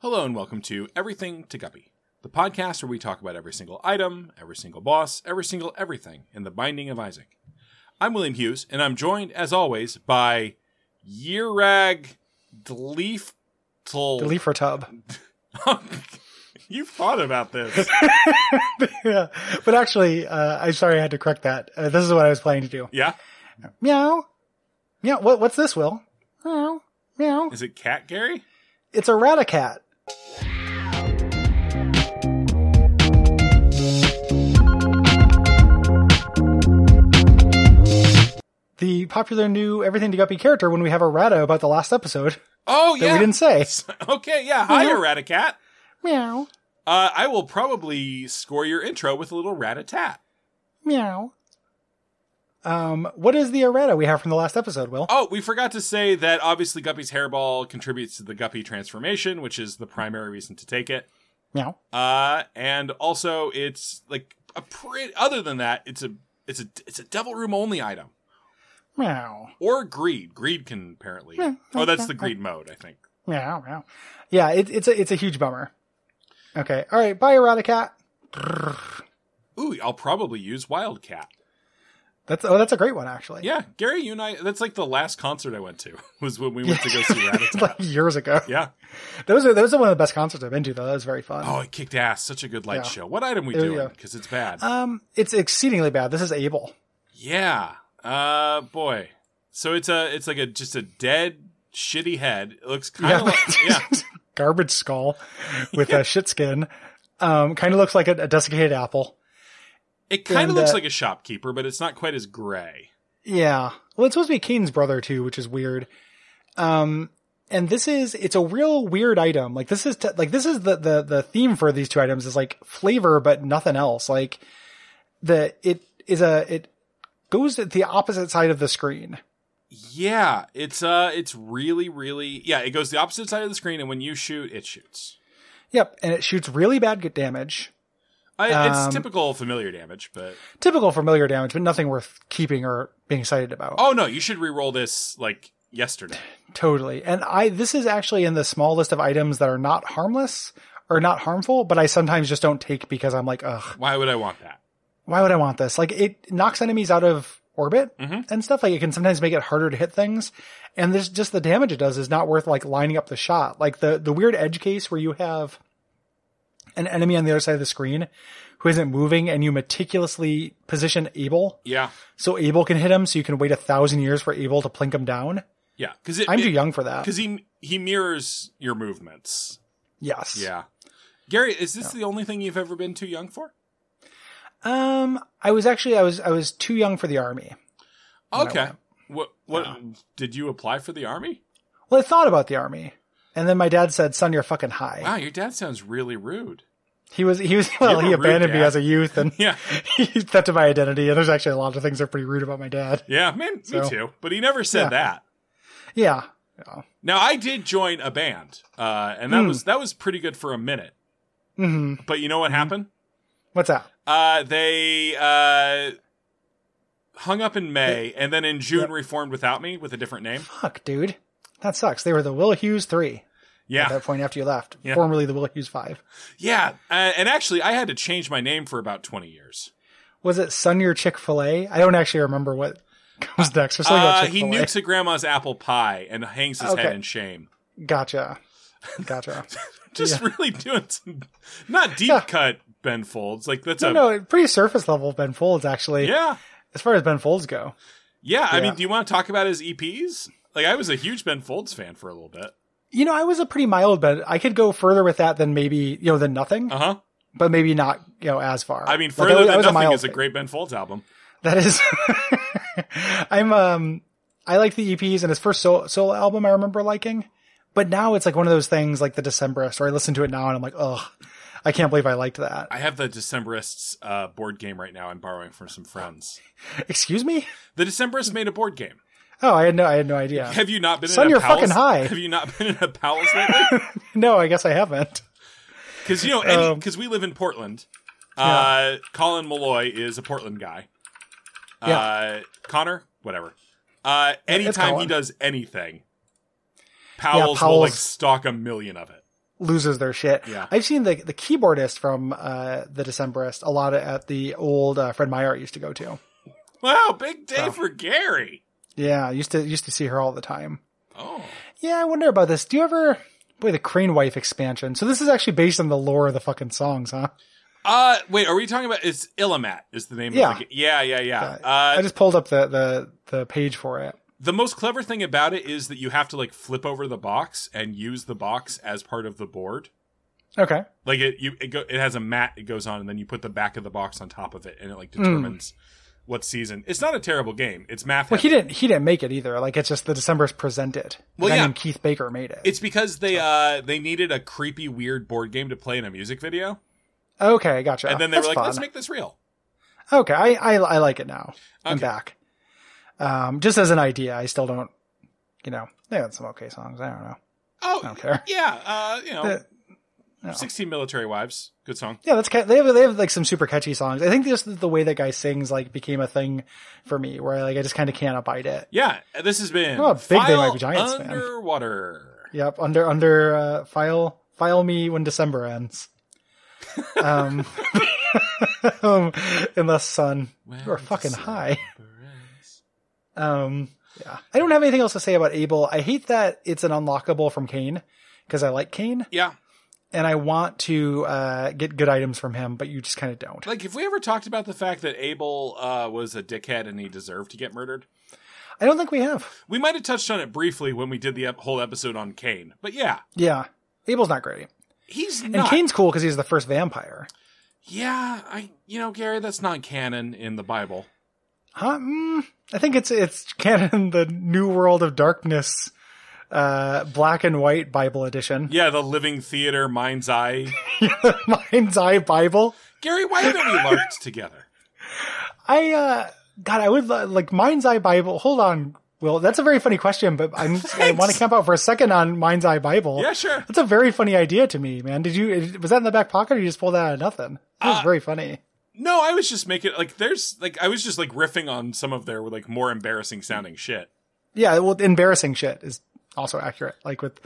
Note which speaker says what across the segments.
Speaker 1: Hello and welcome to Everything to Guppy, the podcast where we talk about every single item, every single boss, every single everything in the Binding of Isaac. I'm William Hughes, and I'm joined, as always, by Yerag Dleeftel.
Speaker 2: The leafer tub.
Speaker 1: You've thought about this.
Speaker 2: yeah. But actually, uh, I'm sorry I had to correct that. Uh, this is what I was planning to do.
Speaker 1: yeah?
Speaker 2: Meow. Meow. What, what's this, Will? Meow. Meow.
Speaker 1: Is it Cat Gary?
Speaker 2: It's a Ratacat. The popular new Everything to Guppy character when we have a rata about the last episode
Speaker 1: Oh,
Speaker 2: that
Speaker 1: yeah.
Speaker 2: we didn't say.
Speaker 1: okay, yeah. Hi,
Speaker 2: Yeah.
Speaker 1: Eradicat.
Speaker 2: Meow.
Speaker 1: Uh, I will probably score your intro with a little rat-a-tat.
Speaker 2: Meow. Um, what is the errata we have from the last episode, Will?
Speaker 1: Oh, we forgot to say that obviously Guppy's hairball contributes to the Guppy transformation, which is the primary reason to take it.
Speaker 2: Meow.
Speaker 1: Uh, and also it's like a pretty. Other than that, it's a it's a it's a devil room only item
Speaker 2: Meow.
Speaker 1: or greed. Greed can apparently.
Speaker 2: Hmm, Yeah.
Speaker 1: Oh, that's the greed mode, I think.
Speaker 2: Meow. Meow. Yeah, it, it's a it's a huge bummer. Okay. All right. Bye, Erratacat.
Speaker 1: Ooh, I'll probably use Wildcat.
Speaker 2: That's oh, that's a great one actually.
Speaker 1: Yeah, Gary, you and I. That's like the last concert I went to was when we went to go see Ratatat.
Speaker 2: like years ago.
Speaker 1: yeah.
Speaker 2: Those are those are one of the best concerts I've been to though. That was very fun.
Speaker 1: Oh, it kicked ass. Such a good light
Speaker 2: Yeah.
Speaker 1: show. What item we
Speaker 2: There we
Speaker 1: doing?
Speaker 2: go.
Speaker 1: Because it's bad.
Speaker 2: Um, it's exceedingly bad. This is Abel.
Speaker 1: Yeah. Uh boy. So it's a it's like a just a dead shitty head. It looks kind of like yeah.
Speaker 2: Garbage skull with a shit skin. Um, kind of looks like a, a desiccated apple.
Speaker 1: It kind of
Speaker 2: And,
Speaker 1: looks
Speaker 2: uh,
Speaker 1: like a shopkeeper, but it's not quite as gray.
Speaker 2: Yeah. Well, it's supposed to be Kane's brother too, which is weird. Um, and this is, it's a real weird item. Like this is, t- like this is the, the, the theme for these two items is like flavor, but nothing else. Like the, it is a, it goes to the opposite side of the screen.
Speaker 1: Yeah, it's uh it's really really yeah, it goes the opposite side of the screen and when you shoot it shoots.
Speaker 2: Yep. And it shoots really bad good damage.
Speaker 1: I,
Speaker 2: Um,
Speaker 1: it's typical familiar damage, but
Speaker 2: Typical familiar damage, but nothing worth keeping or being excited about.
Speaker 1: oh no, you should re-roll this like yesterday.
Speaker 2: Totally. And I, this is actually in the small list of items that are not harmless or not harmful, but I sometimes just don't take because I'm like, ugh.
Speaker 1: Why would I want that?
Speaker 2: why would I want this? Like it knocks enemies out of orbit
Speaker 1: Mhm.
Speaker 2: and stuff. Like it can sometimes make it harder to hit things. And there's just the damage it does is not worth like lining up the shot. Like the, the weird edge case where you have an enemy on the other side of the screen who isn't moving and you meticulously position Abel
Speaker 1: Yeah.
Speaker 2: so Abel can hit him. So you can wait a thousand years for Abel to plink him down.
Speaker 1: Yeah, cuz it
Speaker 2: I'm too young for that.
Speaker 1: cuz he he mirrors your movements.
Speaker 2: Yes.
Speaker 1: Yeah. Gary, is this the only thing you've ever been too young for?
Speaker 2: Um, I was actually, I was, I was too young for the army. when I
Speaker 1: Okay.
Speaker 2: went.
Speaker 1: What what did you apply for the army?
Speaker 2: Well, I thought about the army. And then my dad said, son, you're fucking high.
Speaker 1: Wow, your dad sounds really rude.
Speaker 2: He was he was well
Speaker 1: were
Speaker 2: he
Speaker 1: rude,
Speaker 2: abandoned me
Speaker 1: Dad.
Speaker 2: as a youth and
Speaker 1: Yeah.
Speaker 2: he that to my identity and there's actually a lot of things that are pretty rude about my dad.
Speaker 1: Yeah, man, me
Speaker 2: So-
Speaker 1: too. But he never said
Speaker 2: Yeah.
Speaker 1: that.
Speaker 2: Yeah.
Speaker 1: Now I did join a band. Uh and that
Speaker 2: Hmm.
Speaker 1: was that was pretty good for a minute.
Speaker 2: hmm
Speaker 1: But you know what happened?
Speaker 2: What's that?
Speaker 1: Uh they uh hung up in May and then in June reformed without me with a different name.
Speaker 2: Fuck, dude. That sucks. They were the Will Hughes three at
Speaker 1: Yeah.
Speaker 2: that point after you left.
Speaker 1: Yeah.
Speaker 2: Formerly the Will Hughes five.
Speaker 1: Yeah. Uh, and actually I had to change my name for about 20 years.
Speaker 2: Was it Son Your Chick Fil A? I don't actually remember what comes next. Or something about
Speaker 1: Uh, he
Speaker 2: Chick-fil-A.
Speaker 1: nukes a grandma's apple pie and hangs his head
Speaker 2: Okay.
Speaker 1: in shame.
Speaker 2: Gotcha. Gotcha.
Speaker 1: just really doing some not deep
Speaker 2: Yeah.
Speaker 1: cut Ben Folds. Like that's
Speaker 2: no,
Speaker 1: a
Speaker 2: no, pretty surface level Ben Folds actually.
Speaker 1: yeah.
Speaker 2: As far as Ben Folds go.
Speaker 1: Yeah. I
Speaker 2: Yeah.
Speaker 1: mean, do you want to talk about his EPs? Like I was a huge Ben Folds fan for a little bit.
Speaker 2: You know, I was a pretty mild Ben. I could go further with that than maybe, you know, than nothing.
Speaker 1: Uh huh.
Speaker 2: but maybe not you know as far.
Speaker 1: I mean,
Speaker 2: Like,
Speaker 1: further
Speaker 2: was-
Speaker 1: than
Speaker 2: was
Speaker 1: nothing
Speaker 2: mild
Speaker 1: is a
Speaker 2: pick.
Speaker 1: great Ben Folds album.
Speaker 2: That is, I'm um, I like the EPs and his first solo, solo album I remember liking, but now it's like one of those things like the Decemberist, or I listen to it now and I'm like, ugh, I can't believe I liked that.
Speaker 1: I have the Decemberists uh, board game right now. I'm borrowing from some friends.
Speaker 2: Excuse me?
Speaker 1: The Decemberists made a board game.
Speaker 2: Oh, I had no, I had no idea.
Speaker 1: Have you not been?
Speaker 2: Son,
Speaker 1: in a
Speaker 2: you're
Speaker 1: pals-
Speaker 2: fucking high.
Speaker 1: Have you not been in a palace lately?
Speaker 2: no, I guess I haven't.
Speaker 1: Because you know,
Speaker 2: Um,
Speaker 1: because we live in Portland. Uh, Colin Malloy is a Portland guy.
Speaker 2: Yeah.
Speaker 1: Uh, Connor, whatever. Uh, anytime he
Speaker 2: Colin.
Speaker 1: does anything, Powell's will
Speaker 2: Powell's-
Speaker 1: like stock a million of it.
Speaker 2: loses their shit.
Speaker 1: Yeah.
Speaker 2: I've seen the the keyboardist from uh, the Decemberist a lot at the old uh, Fred Meyer I used to go to.
Speaker 1: Wow, big day
Speaker 2: So.
Speaker 1: for Gary.
Speaker 2: Yeah, I used to used to see her all the time.
Speaker 1: Oh,
Speaker 2: Yeah, I wonder about this. Do you ever boy the Crane Wife expansion? So this is actually based on the lore of the fucking songs, huh?
Speaker 1: uh, wait, are we talking about? It's Illimat is the name.
Speaker 2: Yeah.
Speaker 1: of the, ga- yeah, yeah, yeah.
Speaker 2: Yeah.
Speaker 1: Uh,
Speaker 2: I just pulled up the the the page for it.
Speaker 1: the most clever thing about it is that you have to like flip over the box and use the box as part of the board.
Speaker 2: Okay.
Speaker 1: Like it, you it, go, it has a mat. It goes on, and then you put the back of the box on top of it, and it
Speaker 2: Hmm.
Speaker 1: like determines what season. It's not a terrible game. It's math.
Speaker 2: Well, he
Speaker 1: heavy.
Speaker 2: didn't. He didn't make it either. Like it's just the Decemberists present it. A
Speaker 1: Well,
Speaker 2: guy
Speaker 1: yeah.
Speaker 2: named Keith Baker made it.
Speaker 1: It's because they uh they needed a creepy, weird board game to play in a music video,
Speaker 2: okay, gotcha.
Speaker 1: and then they
Speaker 2: That's
Speaker 1: were like,
Speaker 2: fun.
Speaker 1: "Let's make this real."
Speaker 2: Okay, I, I I like it now. I'm
Speaker 1: Okay.
Speaker 2: back. Um, just as an idea, I still don't. You know, they had some okay songs. I don't know.
Speaker 1: Oh,
Speaker 2: I don't care.
Speaker 1: yeah. Uh, you know,
Speaker 2: The- no.
Speaker 1: 16 Military Wives. Good song.
Speaker 2: Yeah, that's ca- they have they have like some super catchy songs. I think just the way that guy sings like became a thing for me, where like I just kind of can't abide it.
Speaker 1: Yeah, this has been
Speaker 2: Oh, big Day
Speaker 1: File
Speaker 2: Might Be Giants fan.
Speaker 1: Underwater.
Speaker 2: Yep, under under uh, file file me when December ends. Um, um unless sun
Speaker 1: When
Speaker 2: or fucking
Speaker 1: December
Speaker 2: high.
Speaker 1: ends.
Speaker 2: Um, yeah, I don't have anything else to say about Abel. I hate that it's an unlockable from Kane because I like Kane
Speaker 1: Yeah,
Speaker 2: and I want to uh, get good items from him, but you just kind of don't.
Speaker 1: like if we ever talked about the fact that Abel uh, was a dickhead and he deserved to get murdered,
Speaker 2: I don't think we have.
Speaker 1: we might have touched on it briefly when we did the ep- whole episode on Kane. But yeah,
Speaker 2: Yeah, Abel's not great,
Speaker 1: he's
Speaker 2: and
Speaker 1: not.
Speaker 2: Kane's cool because he's the first vampire.
Speaker 1: yeah, I you know Gary, that's not canon in the Bible.
Speaker 2: Huh? Mm, I think it's it's canon the New World of Darkness, uh, black and white Bible edition,
Speaker 1: Yeah, the Living Theater, Mind's Eye.
Speaker 2: Mind's Eye Bible.
Speaker 1: Gary, why haven't we larped together?
Speaker 2: I uh, God, I would lo- like Mind's Eye Bible. Hold on, Will. That's a very funny question, but I'm, I want to camp out for a second on Mind's Eye Bible.
Speaker 1: Yeah, sure.
Speaker 2: That's a very funny idea to me, man. Did you was that in the back pocket or you just pulled that out of nothing? That was
Speaker 1: Uh,
Speaker 2: very funny.
Speaker 1: No, I was just making like there's like I was just like riffing on some of their like more embarrassing sounding shit.
Speaker 2: Yeah, well, embarrassing shit is also accurate. Like with,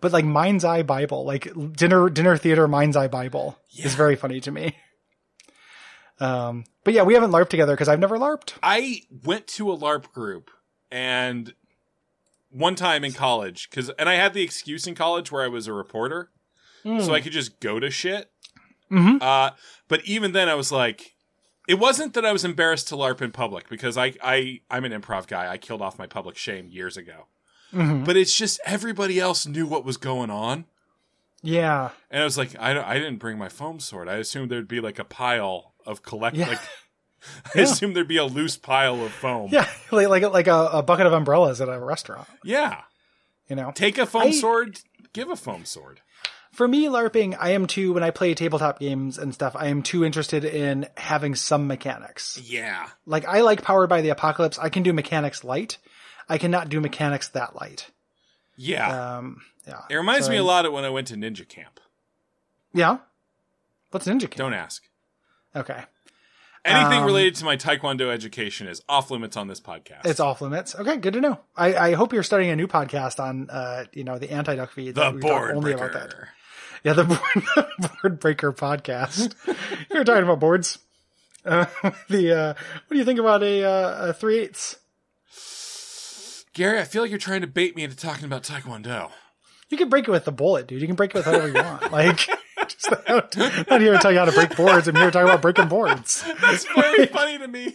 Speaker 2: but like Mind's Eye Bible, like dinner dinner theater Mind's Eye Bible is
Speaker 1: Yeah.
Speaker 2: very funny to me. Um, but yeah, we haven't larped together because I've never larped.
Speaker 1: I went to a LARP group and one time in college cuz and I had the excuse in college where I was a reporter Mm.
Speaker 2: Hmm.
Speaker 1: so I could just go to shit.
Speaker 2: Mhm.
Speaker 1: Uh but even then I was like it wasn't that I was embarrassed to LARP in public because I I I'm an improv guy. I killed off my public shame years ago.
Speaker 2: Mhm.
Speaker 1: But it's just everybody else knew what was going on.
Speaker 2: Yeah,
Speaker 1: And I was like, I, don't- I didn't bring my foam sword. I assumed there'd be like a pile of collect.
Speaker 2: Yeah.
Speaker 1: Like, I
Speaker 2: Yeah.
Speaker 1: assumed there'd be a loose pile of foam.
Speaker 2: yeah, like like, like a, a bucket of umbrellas at a restaurant.
Speaker 1: Yeah.
Speaker 2: You know,
Speaker 1: Take a foam
Speaker 2: I-
Speaker 1: sword. Give a foam sword.
Speaker 2: for me, larping, I am too when I play tabletop games and stuff. I am too interested in having some mechanics.
Speaker 1: Yeah.
Speaker 2: Like I like Powered by the Apocalypse. I can do mechanics light. I cannot do mechanics that light.
Speaker 1: Yeah.
Speaker 2: Um, yeah.
Speaker 1: it reminds
Speaker 2: so
Speaker 1: me
Speaker 2: I-
Speaker 1: a lot of when I went to ninja camp.
Speaker 2: Yeah. What's Ninja King?
Speaker 1: Don't ask.
Speaker 2: Okay.
Speaker 1: Anything
Speaker 2: Um,
Speaker 1: related to my Taekwondo education is off limits on this podcast.
Speaker 2: It's off limits. Okay, good to know. I, I hope you're starting a new podcast on uh, you know, the anti duck feed.
Speaker 1: the
Speaker 2: that we talk
Speaker 1: board breaker.
Speaker 2: Yeah, the board, the board breaker podcast. we were talking about boards. Uh, the uh, what do you think about a, uh, a three eighths?
Speaker 1: Gary, I feel like you're trying to bait me into talking about Taekwondo.
Speaker 2: You can break it with the bullet, dude. You can break it with whatever you want. Like just not, not here to tell you how to break boards. I'm here to talk about breaking boards.
Speaker 1: That's very funny to me.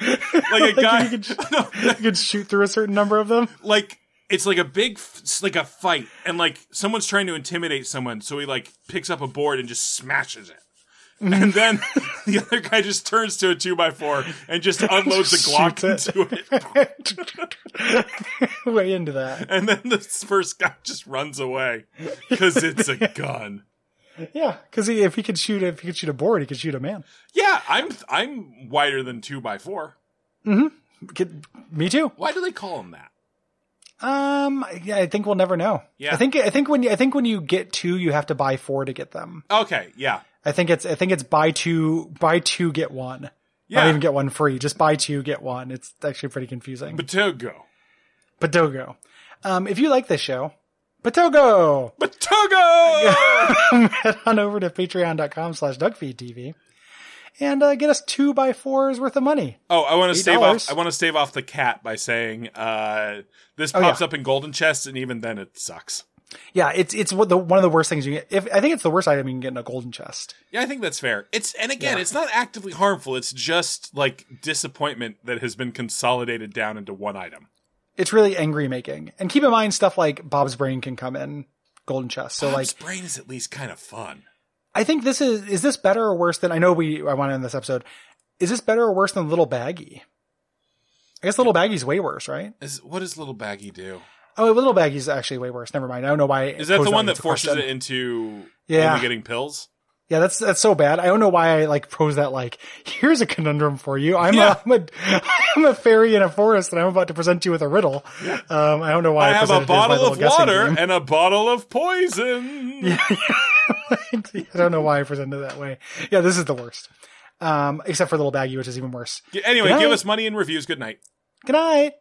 Speaker 1: Like a
Speaker 2: Like,
Speaker 1: guy.
Speaker 2: you could sh-
Speaker 1: no,
Speaker 2: You can shoot through a certain number of them.
Speaker 1: like it's like a big f- it's like a fight and like someone's trying to intimidate someone so he like picks up a board and just smashes it
Speaker 2: Mm-hmm.
Speaker 1: and then the other guy just turns to a 2x4 and just unloads
Speaker 2: Shoots
Speaker 1: a glock
Speaker 2: it.
Speaker 1: into it
Speaker 2: Way into that.
Speaker 1: and then the first guy just runs away because it's a gun
Speaker 2: Yeah, because if he could shoot, if he could shoot a board, he could shoot a man.
Speaker 1: yeah i'm i'm wider than 2x4
Speaker 2: Could- me too.
Speaker 1: why do they call him that
Speaker 2: Um, yeah, I think we'll never know.
Speaker 1: Yeah.
Speaker 2: I think I think when you, I think when you get two, you have to buy four to get them.
Speaker 1: okay yeah
Speaker 2: I think it's I think it's buy two, buy two get one.
Speaker 1: yeah
Speaker 2: Not even get one free. Just buy two get one. It's actually pretty confusing.
Speaker 1: Batogo.
Speaker 2: But Dogo, um, if you like this show, Batogo!
Speaker 1: Batogo!
Speaker 2: Head on over to patreon.com slash duckfeedtv and uh, get us two by fours worth of money.
Speaker 1: Oh, I want to stave
Speaker 2: $8.
Speaker 1: off. I want to stave off the cat by saying uh, this
Speaker 2: Oh,
Speaker 1: pops
Speaker 2: yeah.
Speaker 1: up in golden chests, and even then it sucks.
Speaker 2: Yeah, it's it's what the, one of the worst things you get. If I think it's the worst item you can get in a golden chest.
Speaker 1: Yeah, I think that's fair. It's and again,
Speaker 2: Yeah.
Speaker 1: it's not actively harmful. It's just like disappointment that has been consolidated down into one item.
Speaker 2: It's really angry making. And keep in mind stuff like Bob's brain can come in golden chest. So like
Speaker 1: Bob's brain is at least kind of fun.
Speaker 2: I think this is is this better or worse than I know we I want to end this episode. Is this better or worse than Little Baggy? I guess Little Baggy's way worse, right?
Speaker 1: Is what does little baggy do?
Speaker 2: Oh, Little Baggy's actually way worse. Never mind. I don't know why. I
Speaker 1: Is that the
Speaker 2: posed
Speaker 1: one that
Speaker 2: as a
Speaker 1: forces
Speaker 2: question.
Speaker 1: it into
Speaker 2: Yeah.
Speaker 1: only getting pills?
Speaker 2: Yeah, that's that's so bad. I don't know why I like pose that like here's a conundrum for you. I'm
Speaker 1: Yeah.
Speaker 2: a I'm a I'm a fairy in a forest and I'm about to present you with a riddle. Um I don't know why
Speaker 1: I
Speaker 2: I,
Speaker 1: have
Speaker 2: presented
Speaker 1: a
Speaker 2: it as my
Speaker 1: bottle
Speaker 2: little
Speaker 1: of
Speaker 2: guessing
Speaker 1: water
Speaker 2: game.
Speaker 1: and a bottle of poison.
Speaker 2: I don't know why I presented it that way. Yeah, this is the worst. Um except for little baggy, which is even worse.
Speaker 1: Anyway,
Speaker 2: Can I-
Speaker 1: give us money and reviews. Good night.
Speaker 2: Good night.